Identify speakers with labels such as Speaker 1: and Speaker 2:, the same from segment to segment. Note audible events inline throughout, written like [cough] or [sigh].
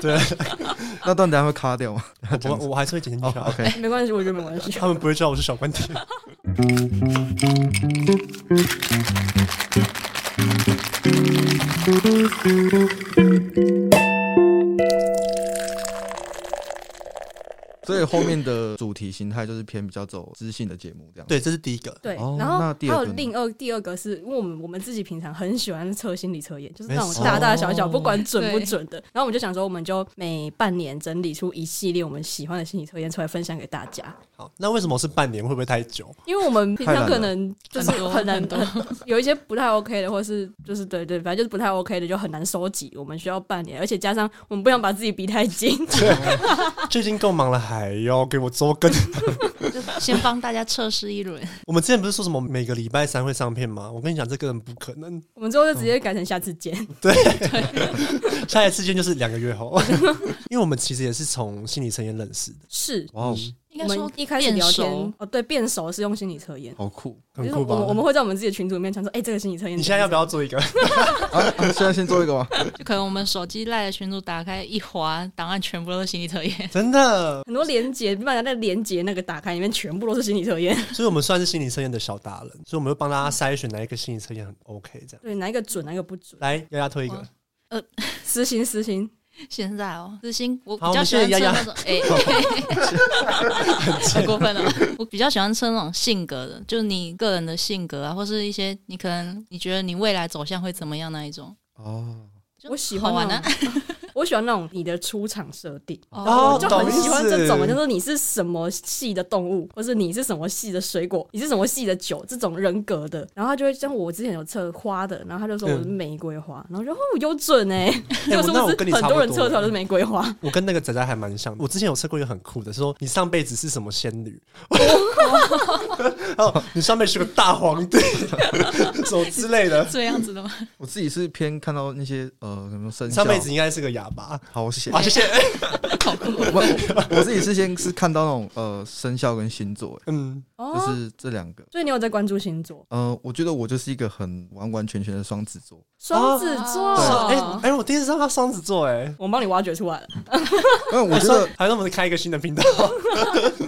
Speaker 1: 对，那段等下会卡掉吗？
Speaker 2: [laughs] 我我还是会剪进
Speaker 1: 哦
Speaker 2: 去啊，
Speaker 1: ，OK，
Speaker 3: 没关系，我觉得没关
Speaker 4: [laughs]
Speaker 3: 系。
Speaker 2: 他们不会知道我是小关田。
Speaker 1: [laughs] 所以后面的主题形态就是偏比较走知性的节目这样。
Speaker 2: [laughs] 对，这是第一个，
Speaker 3: 对，
Speaker 1: 哦
Speaker 3: 然后
Speaker 1: 那第
Speaker 3: 还
Speaker 1: 二
Speaker 3: 有
Speaker 1: 个呢
Speaker 3: 另二第二个是因为我们我们自己平常很喜欢测心理测验，就是
Speaker 2: 没
Speaker 3: 那种
Speaker 2: 错
Speaker 3: 大大小小
Speaker 2: 哦
Speaker 3: 不管准不
Speaker 4: 对
Speaker 3: 准的。然后我们就想说，我们就每半年整理出一系列我们喜欢的心理测验出来分享给大家，
Speaker 2: 好，那为什么是半年？会不会太久？
Speaker 3: 因为我们平
Speaker 1: 太
Speaker 3: 常
Speaker 1: 懒
Speaker 3: 可
Speaker 1: 了
Speaker 3: 能就是
Speaker 4: 很多
Speaker 3: 很难
Speaker 4: 很 [laughs] 多
Speaker 3: 有一些不太 OK 的，或是就是对对，反正就是不太 OK 的就很难收集。我们需要半年，而且加上我们不想把自己逼太紧， [laughs]
Speaker 2: 最近够忙了，还要给我周更。 [laughs]
Speaker 4: 先帮大家测试一轮。
Speaker 2: 我们之前不是说什么每个礼拜三会上片吗？我跟你讲，这根本不可能。
Speaker 3: 我们之后就直接改成下次
Speaker 4: 嗯
Speaker 3: 见。
Speaker 2: [laughs] 下一次见就是两个月 [laughs] 后，因为我们其实也是从心理测验认识的，
Speaker 3: 是
Speaker 1: 哇哦，
Speaker 2: 嗯
Speaker 4: 应
Speaker 3: 我
Speaker 4: 该
Speaker 3: 们
Speaker 4: 说
Speaker 3: 一开始
Speaker 4: 变
Speaker 3: 聊
Speaker 4: 熟
Speaker 3: 天哦，对，变熟是用心理测验。
Speaker 1: 好酷！
Speaker 3: 就
Speaker 2: 很
Speaker 3: 是
Speaker 2: 酷
Speaker 3: 我
Speaker 2: 吧
Speaker 3: 们？我们会在我们自己的群组里面传说，哎、这个心理测验
Speaker 2: 你
Speaker 3: 怎样。
Speaker 2: 现在要不要做一 [laughs] 个？
Speaker 1: 啊，啊现在先做一
Speaker 2: [laughs]
Speaker 1: 个吧。
Speaker 4: 就可能我们手机赖的群组打开一划，档案全部都是心理测验。
Speaker 2: 真的，
Speaker 3: 很多连接，把那连接那个打开，里面全部都是心理测验。
Speaker 2: 所以我们算是心理测验的小达人，所以我们会帮大家筛选哪一个心理测验很 OK 这样。
Speaker 3: 对，哪一个准，哪一个不准？
Speaker 2: 来，丫丫推一个
Speaker 4: 哇，
Speaker 3: 私心，私心，
Speaker 4: 现在哦，私心我
Speaker 2: 好
Speaker 4: 比较喜欢
Speaker 2: 我们谢谢丫
Speaker 4: 测
Speaker 2: 丫
Speaker 4: 那种，哎、很过分了、哦我比较喜欢测那种性格的，就是你个人的性格啊，或是一些你可能你觉得你未来走向会怎么样那一种。
Speaker 1: 哦，
Speaker 4: 就
Speaker 3: 我喜欢
Speaker 4: 好玩
Speaker 3: 那
Speaker 4: 啊
Speaker 3: 种，
Speaker 4: [laughs]
Speaker 3: 我喜欢那种你的出场设定。
Speaker 2: 哦
Speaker 3: 我就很喜欢这
Speaker 2: 懂意
Speaker 3: 种，啊
Speaker 2: 思
Speaker 3: 就是说你是什么系的动物，或是你是什么系的水果，你是什么系的酒，这种人格的。然后他就会像我之前有测花的，然后他就说我是
Speaker 2: 嗯
Speaker 3: 玫瑰花，然后我就哦有准哎、欸，
Speaker 2: 哎
Speaker 3: 就
Speaker 2: 我
Speaker 3: 是
Speaker 2: 那
Speaker 3: 不
Speaker 2: 我
Speaker 3: 是
Speaker 2: 跟你
Speaker 3: 很
Speaker 2: 差不
Speaker 3: 多
Speaker 2: 多欸
Speaker 3: 人测出来都是玫瑰花？
Speaker 2: 我跟那个仔仔还蛮像的。我之前有测过一个很酷的，是说你上辈子是什么仙女， [laughs] 哦，你上辈子是个大皇帝， [laughs] 什么之类的。
Speaker 4: 这样子的吗？
Speaker 1: 我自己是偏看到那些呃什么生肖，
Speaker 2: 上辈子应该是个哑巴。
Speaker 1: 好
Speaker 2: [laughs]
Speaker 1: 险。
Speaker 2: 啊，谢谢。
Speaker 4: 好酷
Speaker 1: 我我我自己是先是看到那种呃生肖跟星座，
Speaker 2: 嗯，
Speaker 3: 哦，
Speaker 1: 就是这两个。
Speaker 3: 所以你有在关注星
Speaker 2: 哦
Speaker 3: 座？
Speaker 1: 呃，我觉得我就是一个很完完全全的双子座。
Speaker 3: 双子座，
Speaker 4: 哦
Speaker 2: 哎哎，我第一次知道他双子座，哎，
Speaker 3: 我帮你挖掘出来了。
Speaker 1: 但我觉得，
Speaker 2: 还是我们开一个新的频道。
Speaker 1: [laughs]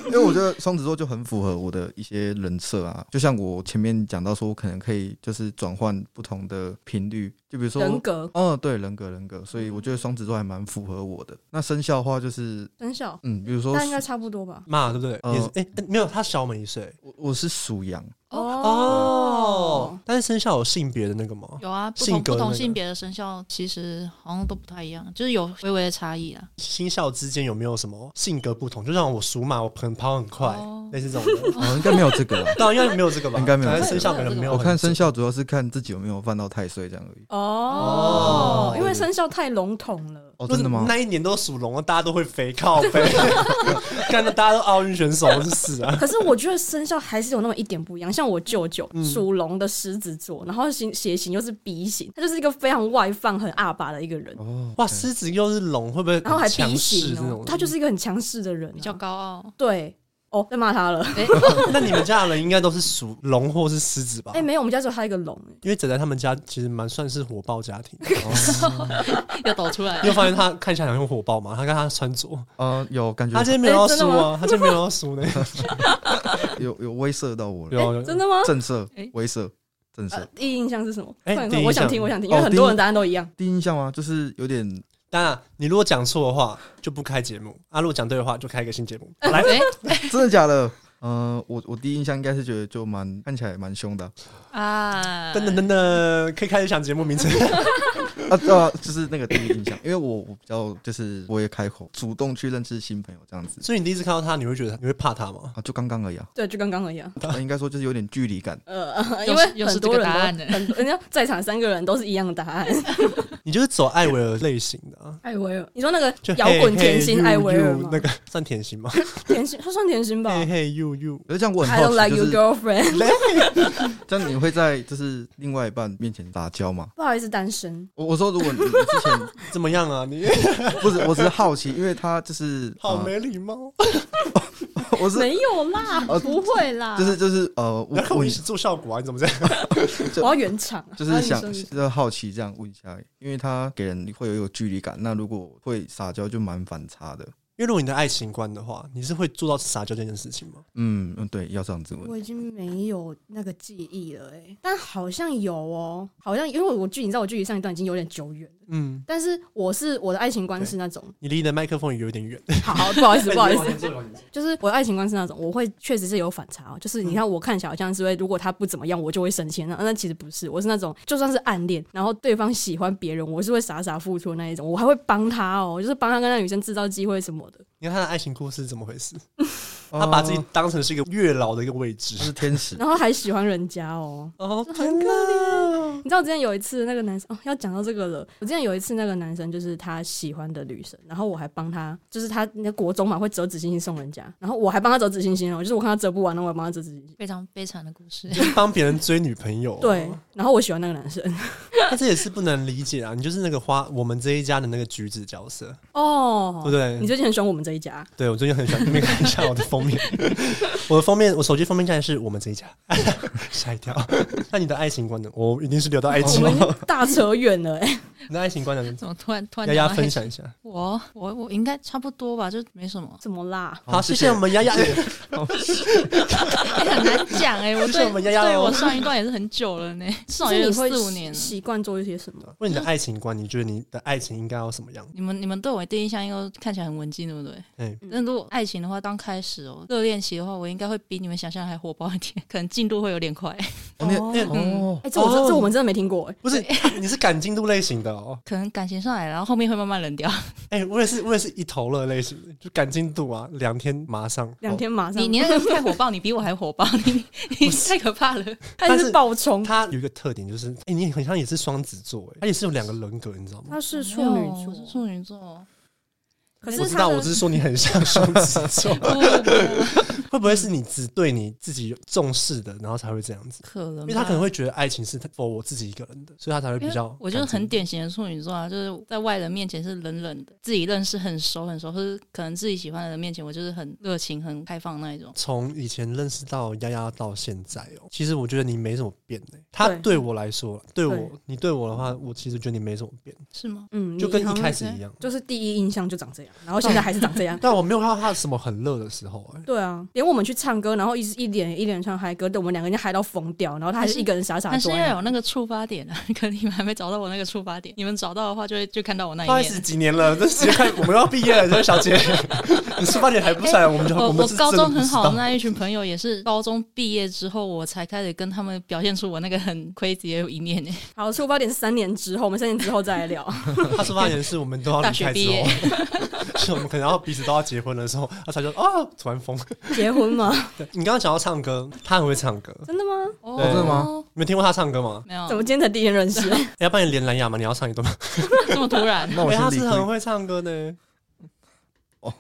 Speaker 1: 因为我觉得双子座就很符合我的一些人设啊。就像我前面讲到说，我可能可以就是转换不同的频率，就比如说
Speaker 3: 人格
Speaker 1: 哦，对，人格人格，所以我觉得双子座还蛮符合我的。那生肖的话就是，
Speaker 3: 生肖，
Speaker 1: 嗯，比如说
Speaker 3: 那应该差不多吧？
Speaker 2: 嘛，对不对？
Speaker 1: 嗯
Speaker 2: 也是，哎，哎没有，他小我们一岁。
Speaker 1: 我我是属羊，
Speaker 2: 哦，，但是生肖有性别的那个吗？
Speaker 4: 有啊，不
Speaker 2: 性
Speaker 4: 同
Speaker 2: 格
Speaker 4: 不
Speaker 2: 那
Speaker 4: 同
Speaker 2: 个
Speaker 4: 性别的生肖其实好像都不太一样，就是有微微的差异啊。
Speaker 2: 星校之间有没有什么性格不同？就像我属马，我很跑很快，
Speaker 4: 哦
Speaker 2: 类似这种的。
Speaker 1: 哦，应该没有这个
Speaker 2: [laughs]。
Speaker 1: 啦
Speaker 2: 当然应该没有这个吧？
Speaker 1: 应该没有
Speaker 2: 反正生肖可能没有
Speaker 1: 我
Speaker 2: 很准。
Speaker 1: 看生肖主要是看自己有没有犯到太岁这样而已。
Speaker 3: 哦
Speaker 2: 哦，
Speaker 3: 因为生肖太笼统了。
Speaker 1: 哦，真的吗？
Speaker 2: 那一年都属龙，大家都会肥靠
Speaker 3: [laughs]
Speaker 2: 肥，看到大家都奥运选手，真是啊！
Speaker 3: 可是我觉得生肖还是有那么一点不一样，像我舅舅
Speaker 2: 嗯
Speaker 3: 属龙的狮子座，然后形血型又是 B 型，他就是一个非常外放、很阿爸的一个人，
Speaker 1: 哦，
Speaker 2: 哇，狮子又是龙，会不会
Speaker 3: 然后还
Speaker 2: 很
Speaker 3: B
Speaker 2: 强势
Speaker 3: 型
Speaker 2: 这
Speaker 3: 哦
Speaker 2: 种？，
Speaker 3: 他就是一个很强势的人啊，
Speaker 4: 比较高傲， [laughs]
Speaker 3: 对哦，在骂他了。
Speaker 2: 那你们家的人应该都是属龙或是狮子吧？
Speaker 3: 哎，没有，我们家只有他一个龙，欸
Speaker 2: 因为仔仔他们家其实蛮算是火爆家庭。
Speaker 3: [laughs]
Speaker 2: 哦
Speaker 4: 要抖出来 [laughs]
Speaker 2: 你有发现他看起来很火爆吗？他看他穿着，
Speaker 1: 呃，有感觉
Speaker 2: 他今天没有
Speaker 3: 哎
Speaker 2: 要
Speaker 3: 真的
Speaker 2: 输
Speaker 3: 吗
Speaker 2: 哦，他今天没有要输呢。
Speaker 1: [laughs] 有有威慑到我了，
Speaker 2: 有有
Speaker 3: 真的吗？
Speaker 1: 震慑
Speaker 4: 哎、
Speaker 1: 威慑、震慑
Speaker 3: 啊呃。，第一印象是什么？
Speaker 2: 哎
Speaker 3: 快点
Speaker 2: 第一
Speaker 3: 快点我想
Speaker 2: 印象
Speaker 3: 听，我想听，
Speaker 1: 哦
Speaker 3: 因为很多
Speaker 1: 第一
Speaker 3: 人答案都一样。
Speaker 1: 第一印象吗？就是有点
Speaker 2: 当然，你如果讲错的话，就不开节目；阿、啊、如果讲对的话，就开一个新
Speaker 3: [laughs]
Speaker 2: 节目。来，
Speaker 4: 哎
Speaker 1: [laughs] 真的假的？呃，我我第一印象应该是觉得就蛮看起来蛮凶的啊
Speaker 4: 啊！ [laughs]
Speaker 2: 等等等等，可以开始想节目名称。
Speaker 1: 啊，对啊就是那个第一印象，因为我我比较就是我也开口主动去认识新朋友这样子
Speaker 2: 所以你第一次看到他，你会觉得你会怕他吗？ [laughs]
Speaker 1: 啊，就刚刚而已啊，
Speaker 3: 对，就刚刚一样。
Speaker 1: 呃应该说就是有点距离感。
Speaker 3: 呃，
Speaker 4: 又
Speaker 3: 因
Speaker 4: 是
Speaker 3: 为
Speaker 4: 又是
Speaker 3: 很
Speaker 4: 这
Speaker 3: 多
Speaker 4: 个
Speaker 3: 人
Speaker 4: 答案
Speaker 3: 都
Speaker 4: 的
Speaker 3: 很多人家在场三个人都是一样的答案。
Speaker 2: 你就是走艾薇儿类型的、啊，
Speaker 3: [laughs] 艾薇儿，你说那个
Speaker 2: 就
Speaker 3: 摇滚甜心艾薇儿
Speaker 2: Hey, hey, you,
Speaker 3: 吗
Speaker 2: you，？那个算甜心
Speaker 3: [laughs]
Speaker 2: 吗
Speaker 3: 甜心，她算甜心吧
Speaker 2: 嘿嘿 you
Speaker 3: [laughs]
Speaker 2: you，
Speaker 1: 可是这样我很
Speaker 3: ？I don't
Speaker 1: 好
Speaker 3: like
Speaker 1: 奇，就
Speaker 3: you,
Speaker 1: 是
Speaker 3: girlfriend。
Speaker 1: 这样你会在就是另外一半面前撒娇吗？
Speaker 3: [laughs] 不好意思，单身。
Speaker 1: 我我说，如果你你之前
Speaker 2: 怎么样啊？
Speaker 3: [laughs]
Speaker 2: 你
Speaker 1: 不是，我只是好奇，因为他就是
Speaker 2: 好
Speaker 1: 呃
Speaker 2: 没礼 [laughs] 貌，
Speaker 1: 我是
Speaker 3: 没有啊啦，
Speaker 1: 呃
Speaker 3: 不会啦，
Speaker 1: 就是就是呃，我
Speaker 2: 然后
Speaker 1: 我
Speaker 3: [laughs]
Speaker 2: 你是做效果啊？你怎么这样？
Speaker 1: 就
Speaker 3: 我要圆场，
Speaker 1: 就是想
Speaker 3: 啊你说你说
Speaker 1: 就是好奇这样问一下，因为他给人会有有距离感。那如果会撒娇，就蛮反差的。
Speaker 2: 因为如果你的爱情观的话，你是会做到撒娇这件事情吗？
Speaker 1: 嗯嗯，对，要这样子问。
Speaker 3: 我已经没有那个记忆了哎、但好像有哦，好像因为我距离，你知道我距离上一段已经有点久远了，
Speaker 2: 嗯，
Speaker 3: 但是我是我的爱情观是那种，
Speaker 2: 你离你的麦克风也有点远，
Speaker 3: 好，不好意思， [laughs] 不好意思，
Speaker 2: 思。
Speaker 3: 就是我的爱情观是那种，我会确实是有反差哦。就是你看，我看起来好像是会，如果他不怎么样，我就会生气。那那其实不是，我是那种就算是暗恋，然后对方喜欢别人，我是会傻傻付出的那一种，我还会帮他哦，就是帮他跟那女生制造机会什么的。
Speaker 2: [laughs] 你看他的爱情故事是怎么回事？
Speaker 1: 啊
Speaker 2: 他把自己当成是一个月老的一个位置
Speaker 1: 是天使，
Speaker 3: 然后还喜欢人家哦。
Speaker 2: 哦，很可怜。
Speaker 3: 你知道我之前有一次那个男生哦，要讲到这个了。我之前有一次那个男生就是他喜欢的女生，然后我还帮他，就是他那国中嘛会折纸星星送人家，然后我还帮他折纸星星哦，就是我看他折不完，然后我还帮他折纸星星。
Speaker 4: 非常悲惨的故事。
Speaker 2: 帮别人追女朋友、
Speaker 3: [laughs] 对，，然后我喜欢那个男生
Speaker 2: 那这也是不能理解啊！你就是那个花我们这一家的那个橘子角色，
Speaker 3: 哦，
Speaker 2: 对不对？
Speaker 3: 你最近很喜欢我们这一家，
Speaker 2: 对，我最近很喜欢，你们看一下我的封面，我的封面，我手机封面竟然是我们这一家，吓一跳。那你的爱情观呢？我一定是聊到爱
Speaker 3: 哦我
Speaker 2: 情
Speaker 3: 们已
Speaker 2: 了。
Speaker 3: 经大扯远了
Speaker 4: [laughs]
Speaker 3: 哎、，
Speaker 2: 你的爱情观呢？
Speaker 4: [laughs] 怎么突然突然
Speaker 2: 丫丫
Speaker 4: 讲到
Speaker 2: 分享一下。
Speaker 4: 我我我应该差不多吧，就没什么 [laughs]
Speaker 3: 怎么啦？
Speaker 2: [laughs]
Speaker 1: 哦
Speaker 2: 好，谢谢我们丫丫。
Speaker 4: 哎很难讲哎、我
Speaker 2: 谢谢
Speaker 4: 对
Speaker 2: 我们丫丫哦
Speaker 4: 对我上一段也是很久了 [laughs] 呢，至少
Speaker 3: 所以
Speaker 4: 也
Speaker 3: 你
Speaker 4: 有
Speaker 3: 会
Speaker 4: 四五年了。
Speaker 3: 习惯做一些什么？
Speaker 2: 问你的爱情观，你觉得你的爱情应该要什么样？
Speaker 4: 你嗯们你们对我的第一印象应该看起来很文静，对不对？
Speaker 2: 哎，
Speaker 4: 那如果爱情的话，刚开始哦，热恋期的话，我应该会比你们想象还火爆一点，可能进度会有点 [laughs] 快，
Speaker 1: 哦你
Speaker 3: 哦
Speaker 1: 哦
Speaker 3: 哎、这我真、
Speaker 2: 哦
Speaker 3: 这我们真的没听过哎、
Speaker 2: 不是，你是赶进度类型的哦。
Speaker 4: 可能感情上来了，然后后面会慢慢冷掉。
Speaker 2: 哎，我也是，我也是一头热类型的，就赶进度啊，两天马上。
Speaker 3: 两天马上，
Speaker 4: [laughs] 你你那个太火爆，你比我还火爆，你你太可怕了。
Speaker 3: 他
Speaker 2: 但
Speaker 3: 是
Speaker 2: 是
Speaker 3: 爆冲，
Speaker 2: 他有一个特点就是，哎、你很像也是双子座，哎，他也是有两个人格，你知道吗？
Speaker 3: 他是处
Speaker 4: 没
Speaker 3: 女
Speaker 4: 有
Speaker 3: 座
Speaker 4: 我，是处女座。，
Speaker 3: 可
Speaker 2: 我
Speaker 3: 是
Speaker 2: 知
Speaker 3: 他
Speaker 2: 道，我
Speaker 3: 的
Speaker 2: 只是说你很像双子座
Speaker 4: 不不不
Speaker 2: 会不会
Speaker 3: 嗯
Speaker 2: 是你只对你自己有重视的，然后才会这样子？
Speaker 4: 可能吧，
Speaker 2: 因为他可能会觉得爱情是 for 我自己一个人的，所以他才会
Speaker 4: 因
Speaker 2: 比
Speaker 4: 为
Speaker 2: 较。
Speaker 4: 我就是很，典型的处女座啊，就是在外人面前是冷冷的，自己认识很熟很熟，或是可能自己喜欢的人面前，我就是很热情、很开放那一种。
Speaker 2: 从以前认识到丫丫到现在哦，其实我觉得你没怎么变呢、他
Speaker 3: 对
Speaker 2: 对我来说，对我
Speaker 3: 对
Speaker 2: 你对我的话，我其实觉得你没怎么变，
Speaker 4: 是吗？
Speaker 3: 嗯，
Speaker 2: 就
Speaker 3: 你
Speaker 2: 跟
Speaker 3: 好
Speaker 2: 一
Speaker 3: 像
Speaker 2: 开始
Speaker 4: 像
Speaker 2: 一样。
Speaker 3: 就是第一印象就长这样，然后现在还是长这样。
Speaker 2: 但我没有看到他什么很热的时候、哎，
Speaker 3: [laughs] 对啊，连我们去唱歌，然后一直一脸一脸唱嗨歌，等我们两个人嗨到疯掉，然后他还是一个人傻傻
Speaker 4: 但是
Speaker 3: 坐在那。
Speaker 4: 要有那个触发点啊， [laughs] 可能你们还没找到我那个触发点。你们找到的话，就会就看到我那
Speaker 3: 哎
Speaker 2: 不好
Speaker 4: 一
Speaker 2: 意思，
Speaker 4: 面。
Speaker 2: 几年了，这时间快我们要毕业了，这位小
Speaker 3: [laughs]
Speaker 2: 姐，你出发点还不
Speaker 3: 哎
Speaker 2: 出来，我们就
Speaker 4: 我
Speaker 2: 们
Speaker 4: 我
Speaker 2: 是
Speaker 4: 高
Speaker 2: 真的
Speaker 4: 中
Speaker 2: 不
Speaker 4: 很
Speaker 2: 知道
Speaker 4: 好的那一群朋友，也是高中毕业之后，我才开始跟他们表现出我那个很 crazy 的一面欸呢。
Speaker 3: 好，出发点是三年之后，我们三年之后再来
Speaker 2: [laughs]
Speaker 3: 聊。
Speaker 2: 他出发点是我们都要离开之后， [laughs] 是我们可能要彼此都要结婚的时候，他才说啊，突然疯。
Speaker 3: 结婚吗？
Speaker 2: 对你刚刚讲到唱歌，他很会唱歌，
Speaker 3: 真的吗？
Speaker 4: 哦
Speaker 2: 真的
Speaker 1: 吗？
Speaker 2: 你们听过他唱歌吗？
Speaker 4: 没有，
Speaker 3: 怎么今天才第一天认识？
Speaker 2: 哎要不然你连蓝牙嘛，你要唱一段吗？
Speaker 4: 这么突 [laughs] 然？
Speaker 1: 那我
Speaker 2: 哎他
Speaker 1: 先
Speaker 2: 是
Speaker 1: 理
Speaker 2: 很
Speaker 1: 亏。
Speaker 2: 会唱歌呢，
Speaker 1: 哦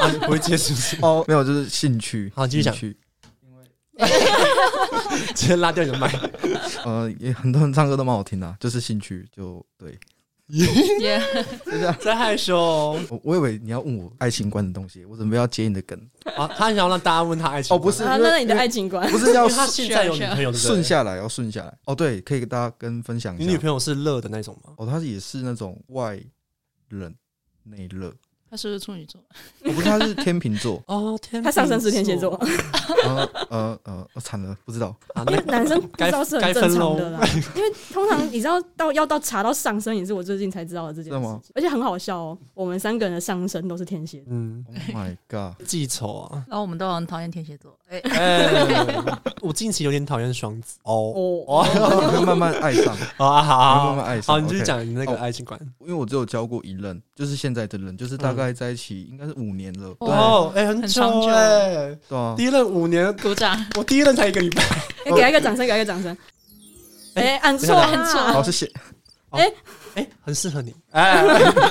Speaker 2: 啊，你不会接是
Speaker 1: [laughs]
Speaker 2: 不是？
Speaker 1: 哦，没有，就是兴趣。
Speaker 2: [laughs] 好继续讲
Speaker 1: 兴趣
Speaker 2: 直接拉掉你的麦。
Speaker 1: 呃，也很多人唱歌都蛮好听的啊，就是兴趣，就对。
Speaker 4: 耶
Speaker 1: 就这样，
Speaker 2: 在害羞哦
Speaker 1: 我我以为你要问我爱情观的东西，我准备要接你的梗。
Speaker 2: 啊，他很想要让大家问他爱情
Speaker 1: 哦，不是，
Speaker 3: 啊，
Speaker 1: 因为
Speaker 3: 那那你的
Speaker 1: 因为
Speaker 3: 爱情观？
Speaker 1: 不是啊
Speaker 2: 因
Speaker 1: 要
Speaker 2: 为他现在有女朋友，对不
Speaker 1: 顺
Speaker 2: 对？
Speaker 1: 下来，要顺下来。哦，对，可以跟大家跟分享一下。
Speaker 2: 你女朋友是热的那种吗？。
Speaker 1: 哦，他也是那种外冷内热，
Speaker 4: 他是不是处女座？
Speaker 1: 我不是，他是天秤座
Speaker 2: 哦天秤座，
Speaker 3: 他上升是天蝎座，
Speaker 1: 呃呃呃，我惨了，不知道。
Speaker 2: 啊，那
Speaker 3: 因为哎
Speaker 2: [laughs]
Speaker 3: 男生不知道是很正常的啦
Speaker 2: 该。
Speaker 3: [laughs] 因为通常你知道到要到查到上升，也是我最近才知道的这件
Speaker 1: 真
Speaker 3: 事
Speaker 1: 的吗
Speaker 3: 情，而且很好笑哦。我们三个人的上升都是天蝎，
Speaker 2: 嗯，
Speaker 1: Oh my god！
Speaker 2: 记仇啊。
Speaker 4: 然后我们都很讨厌天蝎座。哎，
Speaker 2: 哎，我近期有点讨厌双子哦
Speaker 3: 哦，
Speaker 2: 哦
Speaker 1: [laughs] 会慢慢爱上，
Speaker 2: 啊，
Speaker 1: 会
Speaker 2: 好
Speaker 1: 慢慢爱上。
Speaker 2: 好，你就
Speaker 1: OK
Speaker 2: 是，讲你那个
Speaker 1: 哦
Speaker 2: 爱情观
Speaker 1: 因为我只有交过一任，就是现在的人，就是大概在一起应该是五年了。对
Speaker 4: 哇
Speaker 2: 哦，哎，很
Speaker 4: 很
Speaker 2: 久
Speaker 4: 长久
Speaker 2: 哎，
Speaker 1: 对啊
Speaker 2: 第，一任五年，
Speaker 4: 鼓掌。
Speaker 2: 我第一任才一个礼拜，
Speaker 3: 哎，给他
Speaker 1: 哦
Speaker 3: 一个掌声，给他一个掌声。
Speaker 2: 哎
Speaker 3: 哎，按错
Speaker 2: 等一
Speaker 3: 了，
Speaker 2: 下
Speaker 3: 按错
Speaker 1: 啊好，
Speaker 3: 了。
Speaker 1: 谢 [laughs] 谢。
Speaker 2: 哎，很适合你，哎， [laughs]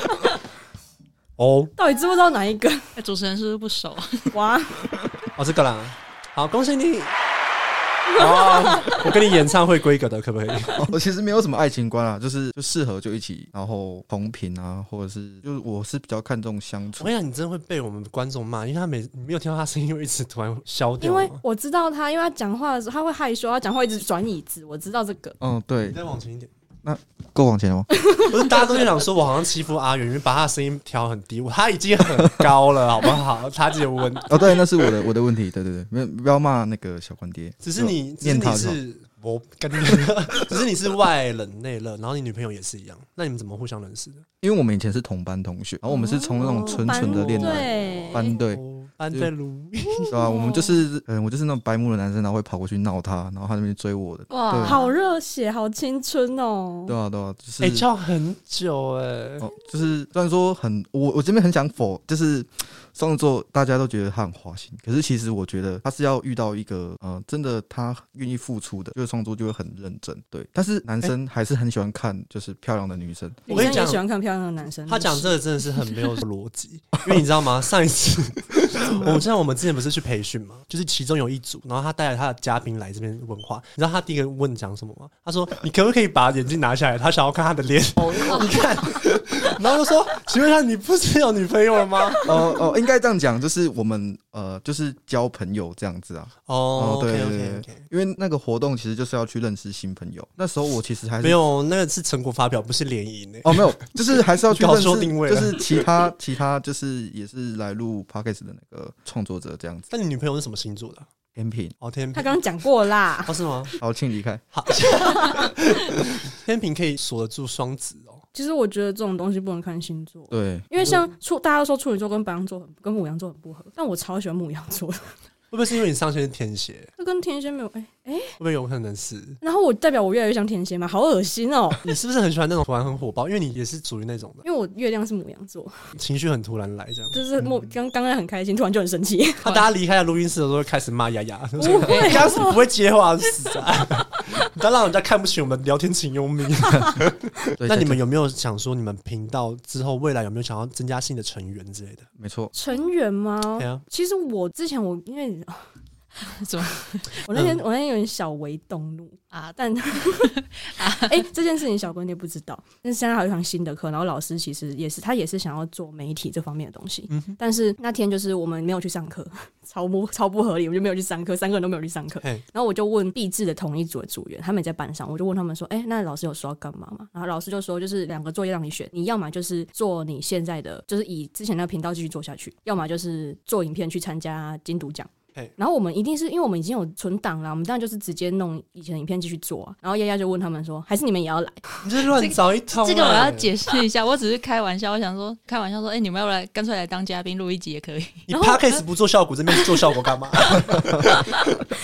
Speaker 2: 哦，
Speaker 3: 到底知不知道哪一
Speaker 1: [laughs]
Speaker 3: 个？
Speaker 1: 啊
Speaker 4: 哎主持人是不是不熟？
Speaker 3: 哇，
Speaker 2: 哦，这个啦，好，恭喜你。哦，我跟你演唱会规格的可不可以？
Speaker 1: 我其实没有什么爱情观啊，就是就适合就一起，然后同频啊，或者是就是我是比较看重相
Speaker 2: 我
Speaker 1: 处
Speaker 2: 跟。你讲，你真的会被我们观众骂，因为他每你没有听到他声音，就一直突然消掉
Speaker 3: 因
Speaker 2: 嘛。
Speaker 3: 为我知道他，因为他讲话的时候他会害羞，他讲话一直转椅子，我知道这个。
Speaker 1: 嗯，对
Speaker 2: 你，再往前一点，
Speaker 1: 够往前了吗？
Speaker 2: 不是大家都在想说，我好像欺负阿元，因为把他的声音调很低，我他已经很高了，好不好？他自己有问题，
Speaker 1: 哦，对，那是我的我的问题，对对对，没有不要骂那个小关爹，啊
Speaker 2: 只是你，只是
Speaker 1: 念
Speaker 2: 你
Speaker 1: 他就好
Speaker 2: 是我跟你讲， [laughs] 只是你是外冷内热，然后你女朋友也是一样，那你们怎么互相认识的？
Speaker 1: 因为我们以前是同班同学，然后我们是从那种纯纯的恋爱
Speaker 3: 哦对，
Speaker 1: 班队，
Speaker 2: 哦，班对路，
Speaker 1: 对吧、我们就是，嗯，我就是那种白目的男生，然后会跑过去闹他，然后他那边追我的，
Speaker 4: 哇，
Speaker 1: 对
Speaker 3: 好热血，好青春哦。
Speaker 1: 对啊对啊，就是、
Speaker 2: 哎，叫很久哎，
Speaker 1: 哦，就是虽然说很，我我这边很想否，就是双子座大家都觉得他很花心，可是其实我觉得他是要遇到一个，呃，真的他愿意付出的，就是双子座就会很认真，对。但是男生还是很喜欢看就是漂亮的女
Speaker 2: [laughs]
Speaker 1: 生，
Speaker 2: 我
Speaker 3: 女
Speaker 2: 跟你
Speaker 3: 生
Speaker 2: 讲
Speaker 3: 也喜欢看漂亮的男生。
Speaker 2: 他讲这个真的是很没有逻辑，因为你知道
Speaker 1: [laughs]
Speaker 2: 吗？上一次我们知道我们之前不是去培训嘛，就是其中有一组，然后他带了他的嘉宾来这边问话，你知道他第一个问讲什么吗？他说：“你可不可以把眼镜拿下来？”他想要看他的脸， [laughs] 你看，然后就说：“请问一下，你不是有女朋友了吗
Speaker 1: 哦哦，应该这样讲，就是我们呃，就是交朋友这样子啊，？”
Speaker 2: 哦
Speaker 1: 哦对
Speaker 2: ，OK
Speaker 1: 对
Speaker 2: OK
Speaker 1: 对
Speaker 2: OK。
Speaker 1: 因为那个活动其实就是要去认识新朋友。那时候我其实还是
Speaker 2: 没有，那个是成果发表，不是联谊呢。
Speaker 1: 哦，没有，就是还是
Speaker 2: [laughs]
Speaker 1: 要去
Speaker 2: 搞
Speaker 1: 认识，
Speaker 2: 错定位
Speaker 1: 就
Speaker 2: 了
Speaker 1: 是其他其他就是也是来录 podcast 的那个创作者这样子。
Speaker 2: 那你女朋友是什么星座的啊？
Speaker 1: 天平，
Speaker 2: 哦，天
Speaker 3: 他
Speaker 2: 平。
Speaker 3: 刚刚讲过啦，
Speaker 2: 哦，是吗？
Speaker 1: 好，请离开。
Speaker 2: 好， [laughs] 天平可以锁得住双子哦。
Speaker 3: 其实我觉得这种东西不能看星座。
Speaker 1: 对，
Speaker 3: 因为像
Speaker 2: 嗯
Speaker 3: 处，大家都说处女座跟白羊座很跟母羊座很不合，但我超喜欢母羊座的， [laughs]
Speaker 2: 会不会是因为你上线是天蝎？
Speaker 3: 这跟天蝎没有哎、
Speaker 2: 会不会有可能是？
Speaker 3: 然后我代表我越来越像天蝎嘛，好恶心哦！
Speaker 2: 你是不是很喜欢那种突然很火爆？因为你也是属于那种的，
Speaker 3: 因为我月亮是母羊座，
Speaker 2: 情绪很突然来这 [laughs] 样。
Speaker 3: 就是我刚刚刚很开心，突然就很
Speaker 2: [laughs]
Speaker 3: 生气。
Speaker 2: 他、大家离开了录音室的时候，开始骂雅雅，就
Speaker 3: 不
Speaker 2: 是
Speaker 3: 会哦
Speaker 2: 刚开始不会接话，死宅， [laughs] 你不要让人家看不起我们聊天情幽密。
Speaker 1: [coughs] 对
Speaker 2: 那你们
Speaker 1: 有
Speaker 2: 有没有想说，你们频道之后未来有没有想要增加新的成员之类的？
Speaker 1: 没错，
Speaker 3: 成员吗？
Speaker 2: 对啊，
Speaker 3: 其实我之前我
Speaker 2: [laughs]
Speaker 3: 因为你
Speaker 4: 怎么？
Speaker 3: [laughs] 我那天、
Speaker 2: 嗯
Speaker 3: 我那天有点小微动怒，
Speaker 4: 啊，
Speaker 3: 但 [laughs] 哎、这件事情小关爹不知道。但是现在还有一堂新的课，然后老师其实也是他也是想要做媒体这方面的东西，
Speaker 2: 嗯哼
Speaker 3: 但是那天就是我们没有去上课，超不超不合理，我们就没有去上课，三个人都没有去上课。
Speaker 2: 嘿，
Speaker 3: 然后我就问毕制的同一组的组员，他们也在班上，我就问他们说：“哎、那老师有说要干嘛吗？”然后老师就说：“就是两个作业让你选，你要么就是做你现在的，就是以之前那个频道继续做下去，要么就是做影片去参加金读奖
Speaker 2: 嘿。”
Speaker 3: 然后我们一定是因为我们已经有存档了，我们当然就是直接弄以前的影片继续做啊。然后丫丫就问他们说：“还是你们也要来 [laughs]
Speaker 2: 你这乱找一通啊、
Speaker 4: 这个我要解释一下，我只是开玩笑，我想说开玩笑说，哎、你们要不要来，干脆来当嘉宾录一集也可以。 [laughs]
Speaker 2: 欸你 podcast 不做效果，这边做效果干嘛？？”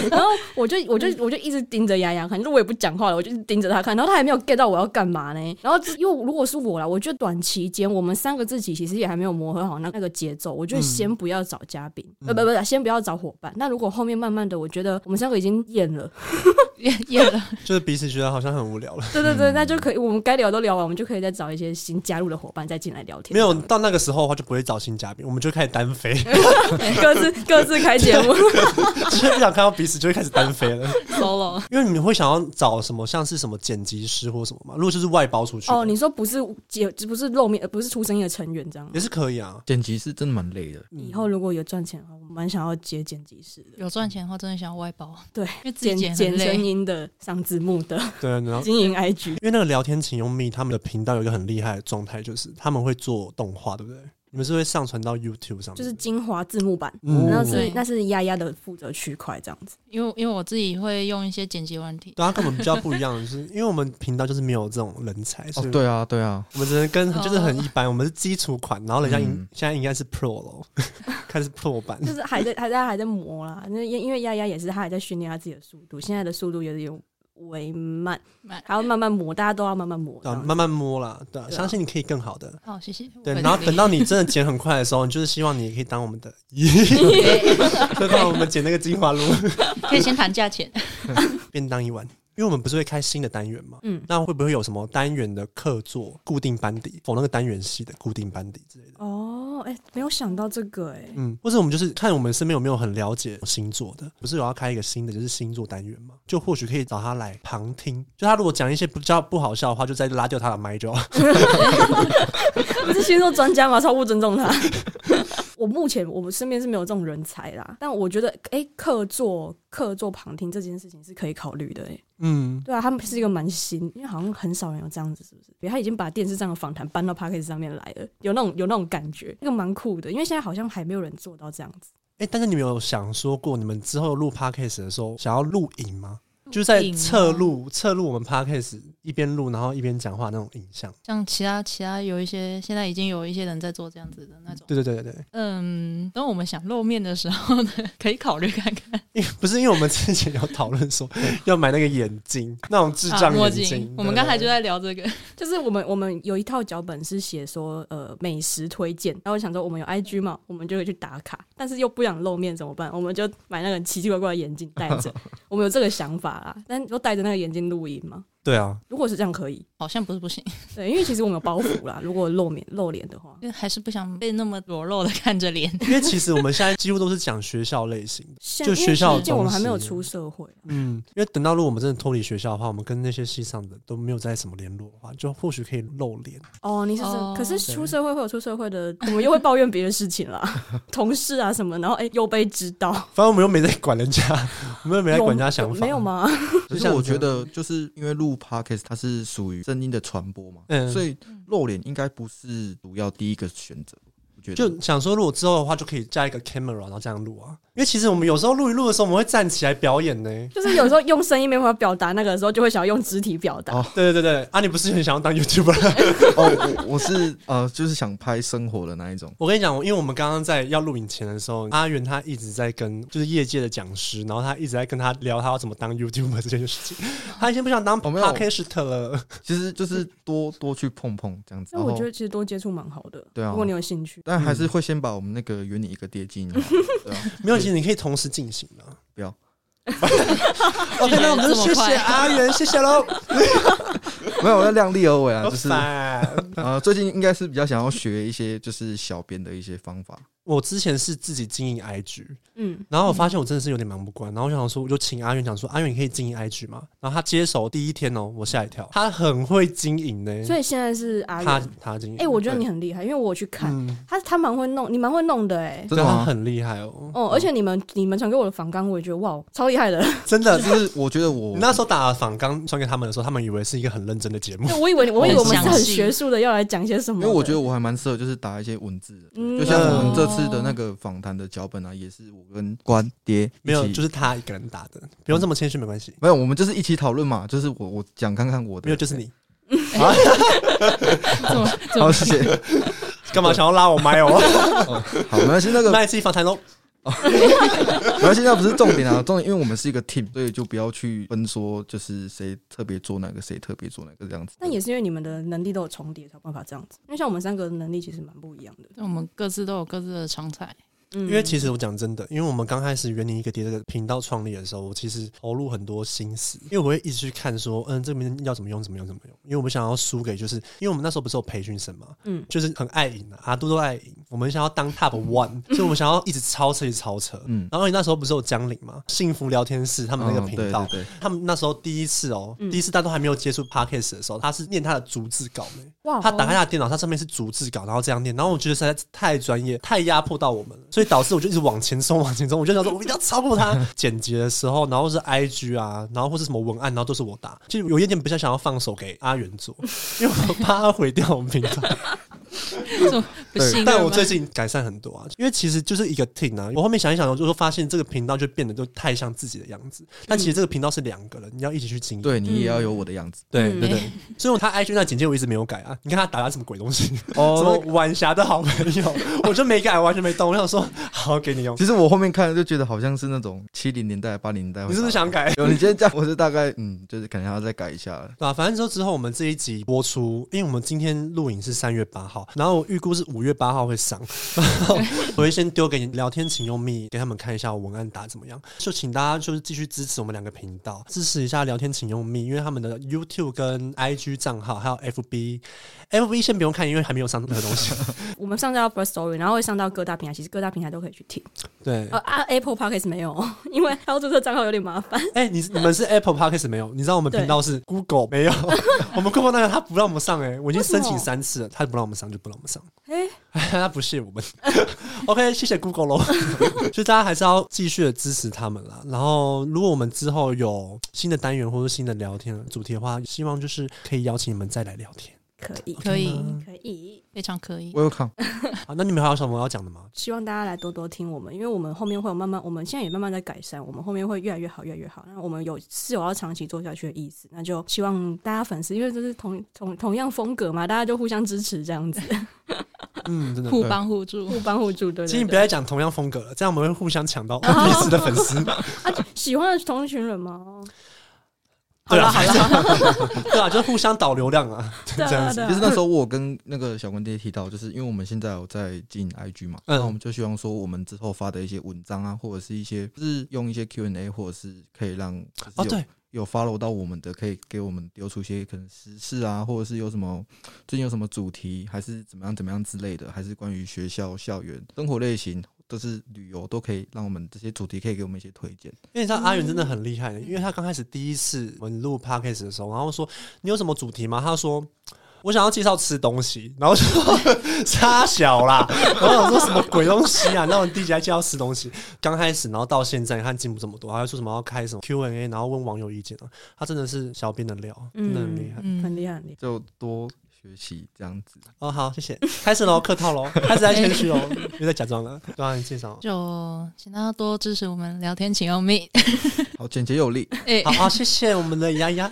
Speaker 3: 然后我就
Speaker 2: [laughs]
Speaker 3: 我就我就一直盯着丫丫看，就我也不讲话了，我就一直盯着她看。然后她还没有 get 到我要干嘛呢？然后就因为如果是我啦，我觉得短期间我们三个自己其实也还没有磨合好那那个节奏，我觉得先不要找嘉宾，
Speaker 2: 嗯
Speaker 3: 呃不不不，先不要找伙伴。那如果后面慢慢的，我觉得我们三个已经厌了， [laughs]
Speaker 4: 也也了，
Speaker 2: 就是彼此觉得好像很无聊了。
Speaker 3: 对对对，那就可以，我们该聊都聊完，我们就可以再找一些新加入的伙伴再进来聊天。
Speaker 2: 没有到那个时候的话，就不会找新嘉宾，我们就开始单飞，
Speaker 3: [laughs] 各自各自开节目，
Speaker 2: 就是不想看到彼此，就会开始单飞了。
Speaker 4: solo
Speaker 2: 因为你们会想要找什么，像是什么剪辑师或什么嘛？如果就是外包出去的
Speaker 3: 哦，你说不是节不是露面，呃不是出生意的成员这样吗
Speaker 2: 也。是可以啊。
Speaker 1: 剪辑是真的蛮累的，
Speaker 2: 嗯
Speaker 3: 以后如果有赚钱的话，我蛮想要接剪辑师的，
Speaker 4: 有赚钱的话，真的想要外包，
Speaker 3: 对，
Speaker 4: 因为自
Speaker 3: 剪
Speaker 4: 己剪
Speaker 3: 剪
Speaker 4: 很累
Speaker 3: 声音的、上字幕的、
Speaker 2: 对，然后
Speaker 3: 经营 IG。
Speaker 2: 因为那个聊天请用密他们的频道有一个很厉害的状态，就是他们会做动画，对不对？你们是会上传到 YouTube 上面，
Speaker 3: 就是精华字幕版，
Speaker 2: 嗯
Speaker 3: 然后是
Speaker 4: 对
Speaker 3: 那是丫丫的负责区块这样
Speaker 2: [laughs]
Speaker 3: 子，
Speaker 4: 因为因为我自己会用一些剪辑软体，
Speaker 2: 对它跟我们比较不一样，就是因为我们频道就是没有这种人才，所
Speaker 1: 哦，
Speaker 2: 以
Speaker 1: 对啊，对
Speaker 2: [laughs]
Speaker 1: 啊，
Speaker 2: 我们只能跟
Speaker 4: 哦
Speaker 2: 就是很一般，我们是基础款，然后人家应、
Speaker 1: 嗯
Speaker 2: 现在应该是 Pro 咯， [laughs] 开始 Pro 版。
Speaker 3: 就是还在还在还在磨啦。那因因为丫丫也是，她还在训练她自己的速度，现在的速度有点为慢，
Speaker 4: 蛮
Speaker 3: 还要慢慢磨，大家都要慢慢磨。
Speaker 2: 对
Speaker 3: 这
Speaker 2: 啊，
Speaker 3: 样子
Speaker 2: 慢慢摸啦，对啊，
Speaker 3: 对啊
Speaker 2: 相信你可以更好的。
Speaker 4: 好，谢谢。
Speaker 2: 对
Speaker 4: 我，会
Speaker 2: 然后
Speaker 4: 努
Speaker 2: 等
Speaker 4: 力
Speaker 2: 到你真的剪很快的时候，你就是希望你也可以当我们的，就当我们剪那个精华露
Speaker 4: [laughs] 可以先谈价钱，
Speaker 2: 便当一碗。因为我们不是会开新的单元嘛，
Speaker 3: 嗯
Speaker 2: 那会不会有什么单元的课座固定班底，否那个单元系的固定班底之类的？
Speaker 3: 哦，哎、没有想到这个哎、
Speaker 2: 嗯，或者我们就是看我们身边有没有很了解星座的，不是有要开一个新的就是星座单元嘛？就或许可以找他来旁听，就他如果讲一些比较不好笑的话，就再拉掉他的麦就好。
Speaker 3: [laughs] 不是星座专家吗？超不尊重他。 [laughs] 我目前我们身边是没有这种人才啦，但我觉得，哎、客座客座旁听这件事情是可以考虑的、哎，
Speaker 2: 嗯，
Speaker 3: 对啊，他们是一个蛮新，因为好像很少人有这样子，是不是？比如他已经把电视上的访谈搬到 p a c k a g e 上面来了，有那种有那种感觉，那个蛮酷的，因为现在好像还没有人做到这样子。
Speaker 2: 哎、但是你们有想说过，你们之后录 podcast 的时候想要录影吗？就是在侧
Speaker 4: 啊
Speaker 2: 录侧录我们 podcast 一边录然后一边讲话那种影像。
Speaker 4: 像其他其他有一些现在已经有一些人在做这样子的那种。
Speaker 2: 对对对对对，
Speaker 4: 嗯，等我们想露面的时候呢，可以考虑看看
Speaker 2: 因为不是因为我们之前有讨论说要买那个眼镜，那种智
Speaker 4: 啊
Speaker 2: 障
Speaker 4: 墨
Speaker 2: 眼
Speaker 4: 镜
Speaker 2: 镜。。
Speaker 4: 我们
Speaker 2: 对
Speaker 4: 刚才就
Speaker 2: 对
Speaker 4: 在聊这个，
Speaker 3: 就是我们我们有一套脚本是写说，呃，美食推荐，然后我想说我们有 IG 嘛，我们就会去打卡，但是又不想露面怎么办？我们就买那个奇奇怪怪的眼镜戴
Speaker 2: [laughs]
Speaker 3: 着，我们有这个想法啦，但就戴着那个眼镜录音嘛。
Speaker 2: 对啊，
Speaker 3: 如果是这样可以，
Speaker 4: 好像不是不行，
Speaker 3: 对，因为其实我们有包
Speaker 2: [laughs]
Speaker 3: 袱啦，如果露面露脸的话，
Speaker 4: 因为还是不想被那么裸露的看着
Speaker 2: [laughs]
Speaker 4: 脸。
Speaker 2: 因为其实我们现在几乎都是讲学校类型的。
Speaker 3: 现
Speaker 2: 就
Speaker 3: 因为
Speaker 2: 学校的
Speaker 3: 毕竟我们还没有
Speaker 2: 东西啊
Speaker 3: 出社会。啊
Speaker 2: 嗯，因为等到如果我们真的脱离学校的话，我们跟那些系上的都没有在什么联络的话，就或许可以露脸。
Speaker 3: 哦，你是这，
Speaker 4: 哦
Speaker 3: 可是出社会会有出社会的，我们又会抱怨别的
Speaker 2: [laughs]
Speaker 3: 事情啦，同事啊什么，然后哎、又被知道，
Speaker 2: 反正我们又没在管人家，我们又没在
Speaker 3: 有
Speaker 2: 管人家想
Speaker 3: 有
Speaker 2: 法，
Speaker 3: 没有？吗？
Speaker 1: 可
Speaker 2: 就是像
Speaker 1: 我觉得，就是因为录 podcast 它是属于声音的传播嘛，
Speaker 2: 嗯
Speaker 1: 所以露脸应该不是主要第一个选择。我觉得
Speaker 2: 就想说，如果之后的话，就可以加一个 camera，然后这样录啊。因为其实我们有时候录一录的时候，我们会站起来表演呢、
Speaker 3: 就是有时候用声音没办法表达那个的时候，就会想要用肢体表达。
Speaker 1: 哦
Speaker 2: 对对对对，啊，你不是很想要当 YouTuber？ [laughs]
Speaker 1: 哦，我我是呃，就是想拍生活的那一种。
Speaker 2: 我跟你讲，因为我们刚刚在要录影前的时候，阿元他一直在跟就是业界的讲师，然后他一直在跟他聊他要怎么当 YouTuber 这件事情。他已经不想当
Speaker 1: 哦没有
Speaker 2: podcast 了。
Speaker 1: 其实就是多多去碰碰这样子。
Speaker 3: 那
Speaker 1: 然
Speaker 3: 我
Speaker 1: 后
Speaker 3: 觉得其实多接触蛮好的，
Speaker 1: 对啊
Speaker 3: 如果你有兴趣，
Speaker 1: 但
Speaker 2: 嗯
Speaker 1: 还是会先把我们那个圆你一个跌进，对啊，
Speaker 2: 没有，其实你可以同时进行的。
Speaker 1: 不要。
Speaker 2: [laughs] OK，那我们就谢
Speaker 4: 这么
Speaker 2: 谢
Speaker 4: 快
Speaker 2: 阿元，谢谢喽。
Speaker 1: 没有，我要量力而 [laughs] 为啊，就是
Speaker 2: 烦。 [laughs]
Speaker 1: 呃，最近应该是比较想要学一些就是小编的一些方法。
Speaker 2: 我之前是自己经营 IG，
Speaker 3: 嗯，
Speaker 2: 然后我发现我真的是有点忙不过来，然后我就想说，我就请阿元讲说，阿元你可以经营 IG 吗？然后他接手第一天哦，我吓一跳，他很会经营呢。
Speaker 3: 嗯所以现在是阿
Speaker 2: 他
Speaker 3: 元，
Speaker 2: 他经营，
Speaker 3: 哎、我觉得你很厉害，因为我有去看、
Speaker 2: 嗯，
Speaker 3: 他，他蛮会弄，你蛮会弄的哎、
Speaker 1: 真
Speaker 2: 对
Speaker 1: 的
Speaker 2: 他
Speaker 1: 吗？
Speaker 2: 很厉害哦，
Speaker 3: 哦，而且你们你们传给我的访纲，我也觉得哇，超厉害的。
Speaker 2: 真的。
Speaker 1: 就是我觉得我
Speaker 2: 你那时候打仿刚传给他们的时候，他们以为是一个很认真的节目。
Speaker 3: 对，我以为你我以为我们是很
Speaker 4: 很详细
Speaker 3: 学术的，要来讲些什么
Speaker 1: 因
Speaker 3: 的。
Speaker 1: 为我觉得我还蛮适合，就是打一些文字的，
Speaker 3: 嗯
Speaker 1: 就像我们这次的那个访谈的脚本啊，也是我跟关爹
Speaker 2: [laughs] 没有，就是是他一个人打的，不用这么谦虚，没关系。
Speaker 1: 没有，我们就是一起讨论嘛，就是我我讲看看我的，
Speaker 2: 没有，就是你
Speaker 4: 怎么怎
Speaker 1: [laughs] 好
Speaker 4: 么
Speaker 1: 谢谢，
Speaker 2: 干嘛想要拉我
Speaker 1: [laughs]
Speaker 2: 麦哦？
Speaker 1: 好，没关系，那个
Speaker 2: [laughs] 那一次访谈喽，
Speaker 1: 没关系，那不是重点啊，重点因为我们是一个 team，所以就不要去分说就是谁特别做哪个，谁特别做哪个这样子。
Speaker 3: 但也是因为你们的能力都有重叠，才有办法这样子。因为像我们三个的能力其实蛮不一样的。
Speaker 4: 我们各自都有各自的长
Speaker 2: [laughs]
Speaker 4: 才，
Speaker 3: 嗯，
Speaker 2: 因为其实我讲真的，因为我们刚开始圆你一个碟这个频道创立的时候，我其实投入很多心思，因为我会一直去看说，嗯，这边要怎么用，怎么用，怎么用，因为我们想要输给，就是因为我们那时候不是有培训生嘛，
Speaker 3: 嗯，
Speaker 2: 就是很爱赢的、啊，阿杜都爱赢，我们想要当
Speaker 3: [laughs]
Speaker 2: top one，所以我们想要一直超车，一直超车，嗯
Speaker 1: 嗯，
Speaker 2: 然后那时候不是有江岭嘛，幸福聊天室他们那个
Speaker 1: 嗯
Speaker 2: 频道，
Speaker 1: 对对对嗯
Speaker 2: 他们那时候第一次哦，第一次大家都还没有接触 podcast 的时候，他是念他的逐字稿呢。
Speaker 4: 哦
Speaker 3: 哇
Speaker 2: 他打开他的电脑，他上面是逐字稿，然后这样念，然后我觉得实在是太专业，太压迫到我们了，所以导致我就一直往前冲，往前冲，我就想说，我一定要超过
Speaker 4: [laughs]
Speaker 2: 他。剪辑的时候，然后是 IG 啊，然后或是什么文案，然后都是我打，就有一点比较想要放手给阿元做，因为我怕他毁掉我们频道。
Speaker 4: [laughs] 不信任吗。
Speaker 2: 但我最近改善很多啊，因为其实就是一个 team 啊。我后面想一想，我就说发现这个频道就变得就太像自己的样子，但其实这个频道是两个人，你要一起去经营。
Speaker 1: 对你也要有我的样子
Speaker 2: 对
Speaker 3: 嗯
Speaker 2: 对对，所以他 IG 那简介我一直没有改啊。你看他打了什么鬼东西？ [laughs] 什么
Speaker 1: 哦。
Speaker 2: 晚霞的好朋友， [laughs] 我就没改，完全没动。我想说，好
Speaker 1: [laughs]
Speaker 2: 给你用。
Speaker 1: [laughs] 其实我后面看就觉得好像是那种七零年代、八零年代，
Speaker 2: 你是不是？想改？
Speaker 1: 有，你今天这样，我是大概嗯，就是可能还要再改一下了。
Speaker 2: 对啊，反正之后之后我们这一集播出，因为我们今天录影是三月八号，然后我预估是五五月八号会上， [laughs] 然后我会先丢给你聊天，请用密给他们看一下我文案打怎么样。就请大家就是继续支持我们两个频道，支持一下聊天，请用密，因为他们的 YouTube 跟 IG 账号还有 FB，FB 先不用看，因为还没有上那个东西。
Speaker 3: 我们上架到 First Story，然后会上到各大平台，其实各大平台都可以去听。
Speaker 2: 对
Speaker 3: 呃，啊，Apple Podcast 没有，因为还要注册账号有点麻烦。
Speaker 2: 哎、你你们是 Apple Podcast 没有？你知道我们频道是 Google 没有？
Speaker 3: [laughs]
Speaker 2: 我们 Google 那个他不让我们上哎、我已经申请
Speaker 3: 为什么
Speaker 2: 三次了，他不让我们上就不让我们上。
Speaker 3: 哎、
Speaker 2: [laughs] 他不是我们。OK，谢谢 Google 咯。 [laughs] 所以大家还是要继续的支持他们啦。然后，如果我们之后有新的单元或者新的聊天主题的话，希望就是可以邀请你们再来聊天。
Speaker 3: 可以，
Speaker 4: 可以
Speaker 2: 嗯
Speaker 3: 可以。
Speaker 4: 非常可以。
Speaker 1: Welcome，
Speaker 2: 好，啊那你们还有什么要讲的吗？
Speaker 3: 希望大家来多多听我们，因为我们后面会有慢慢，我们现在也慢慢在改善，我们后面会越来越好，越来越好。那我们有是有要长期做下去的意思，那就希望大家粉丝，因为这是同同同样风格嘛，大家就互相支持这
Speaker 2: [laughs]
Speaker 3: 样子，
Speaker 2: 嗯，真的。
Speaker 4: 互帮互助，
Speaker 3: 互帮互助，对
Speaker 2: 请
Speaker 3: 对
Speaker 2: 你不
Speaker 3: 对。
Speaker 2: 要再讲同样风格了，这样我们会互相
Speaker 3: 哦
Speaker 2: 抢到 [laughs] 彼此的粉丝。
Speaker 3: [laughs] 喜欢的同一群人哦吗？
Speaker 2: 对啊
Speaker 3: 好了好了，
Speaker 2: [laughs] 对啊，就是互相导流量啊，
Speaker 3: 对
Speaker 2: [laughs] 这
Speaker 3: 啊
Speaker 2: 样子。
Speaker 3: 对啊
Speaker 1: 就是那时候我有跟那个小关爹提到，就是因为我们现在有在经营 IG 嘛，
Speaker 2: 嗯
Speaker 1: 那我们就希望说我们之后发的一些文章啊，或者是一些就是用一些 Q&A，或者是可以让就是
Speaker 2: 哦，
Speaker 1: 有
Speaker 2: 对，
Speaker 1: 有 follow 到我们的，可以给我们丢出一些可能时事啊，或者是有什么最近有什么主题，还是怎么样怎么样之类的，还是关于学校、校园、生活类型，都是旅游，都可以让我们这些主题可以给我们一些推荐。
Speaker 2: 因为你知道阿元真的很厉害，因为他刚开始第一次我们录 podcast 的时候，然后说你有什么主题吗？他说我想要介绍吃东西，然后就 [laughs] 差小啦，然后我想说什么鬼东西啊？那我第一集还介绍吃东西，刚开始，然后到现在你看进步这么多，还要说什么要开什么 Q&A，然后问网友意见啊，他真的是小编的料，真的很厉害。
Speaker 3: 很
Speaker 4: 嗯，
Speaker 3: 厉害很厉害。
Speaker 1: 就多学习这样子。
Speaker 2: 哦，好，谢谢，开始喽，客套喽，开始在谦虚喽，又在假装了，对啊，你介绍。
Speaker 4: 就请大家多支持我们聊天，请用密。
Speaker 1: 好，简洁有力。
Speaker 4: [laughs] 哎、
Speaker 2: 好好，谢谢我们的丫丫，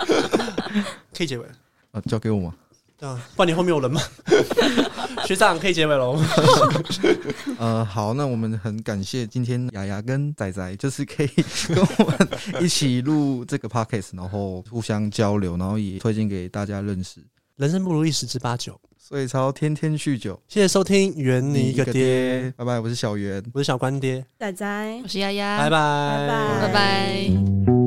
Speaker 2: [laughs] 可以结尾了。
Speaker 1: 啊，交给我吗？
Speaker 2: 对啊，不然你后面有人吗？ [laughs] 学长可以结尾了。
Speaker 1: 呃，好，那我们很感谢今天雅雅跟仔仔，就是可以跟我们一起录这个 podcast，然后互相交流，然后也推荐给大家认识。
Speaker 2: 人生不如意十之八九。
Speaker 1: 所以超天天酗酒，
Speaker 2: 谢谢收听，圆你一个爹，，
Speaker 1: 拜拜，我是小圆。
Speaker 2: 我是小关爹，
Speaker 3: 仔仔
Speaker 4: 我，是丫丫，
Speaker 2: 啊拜拜，
Speaker 3: 拜
Speaker 4: 拜拜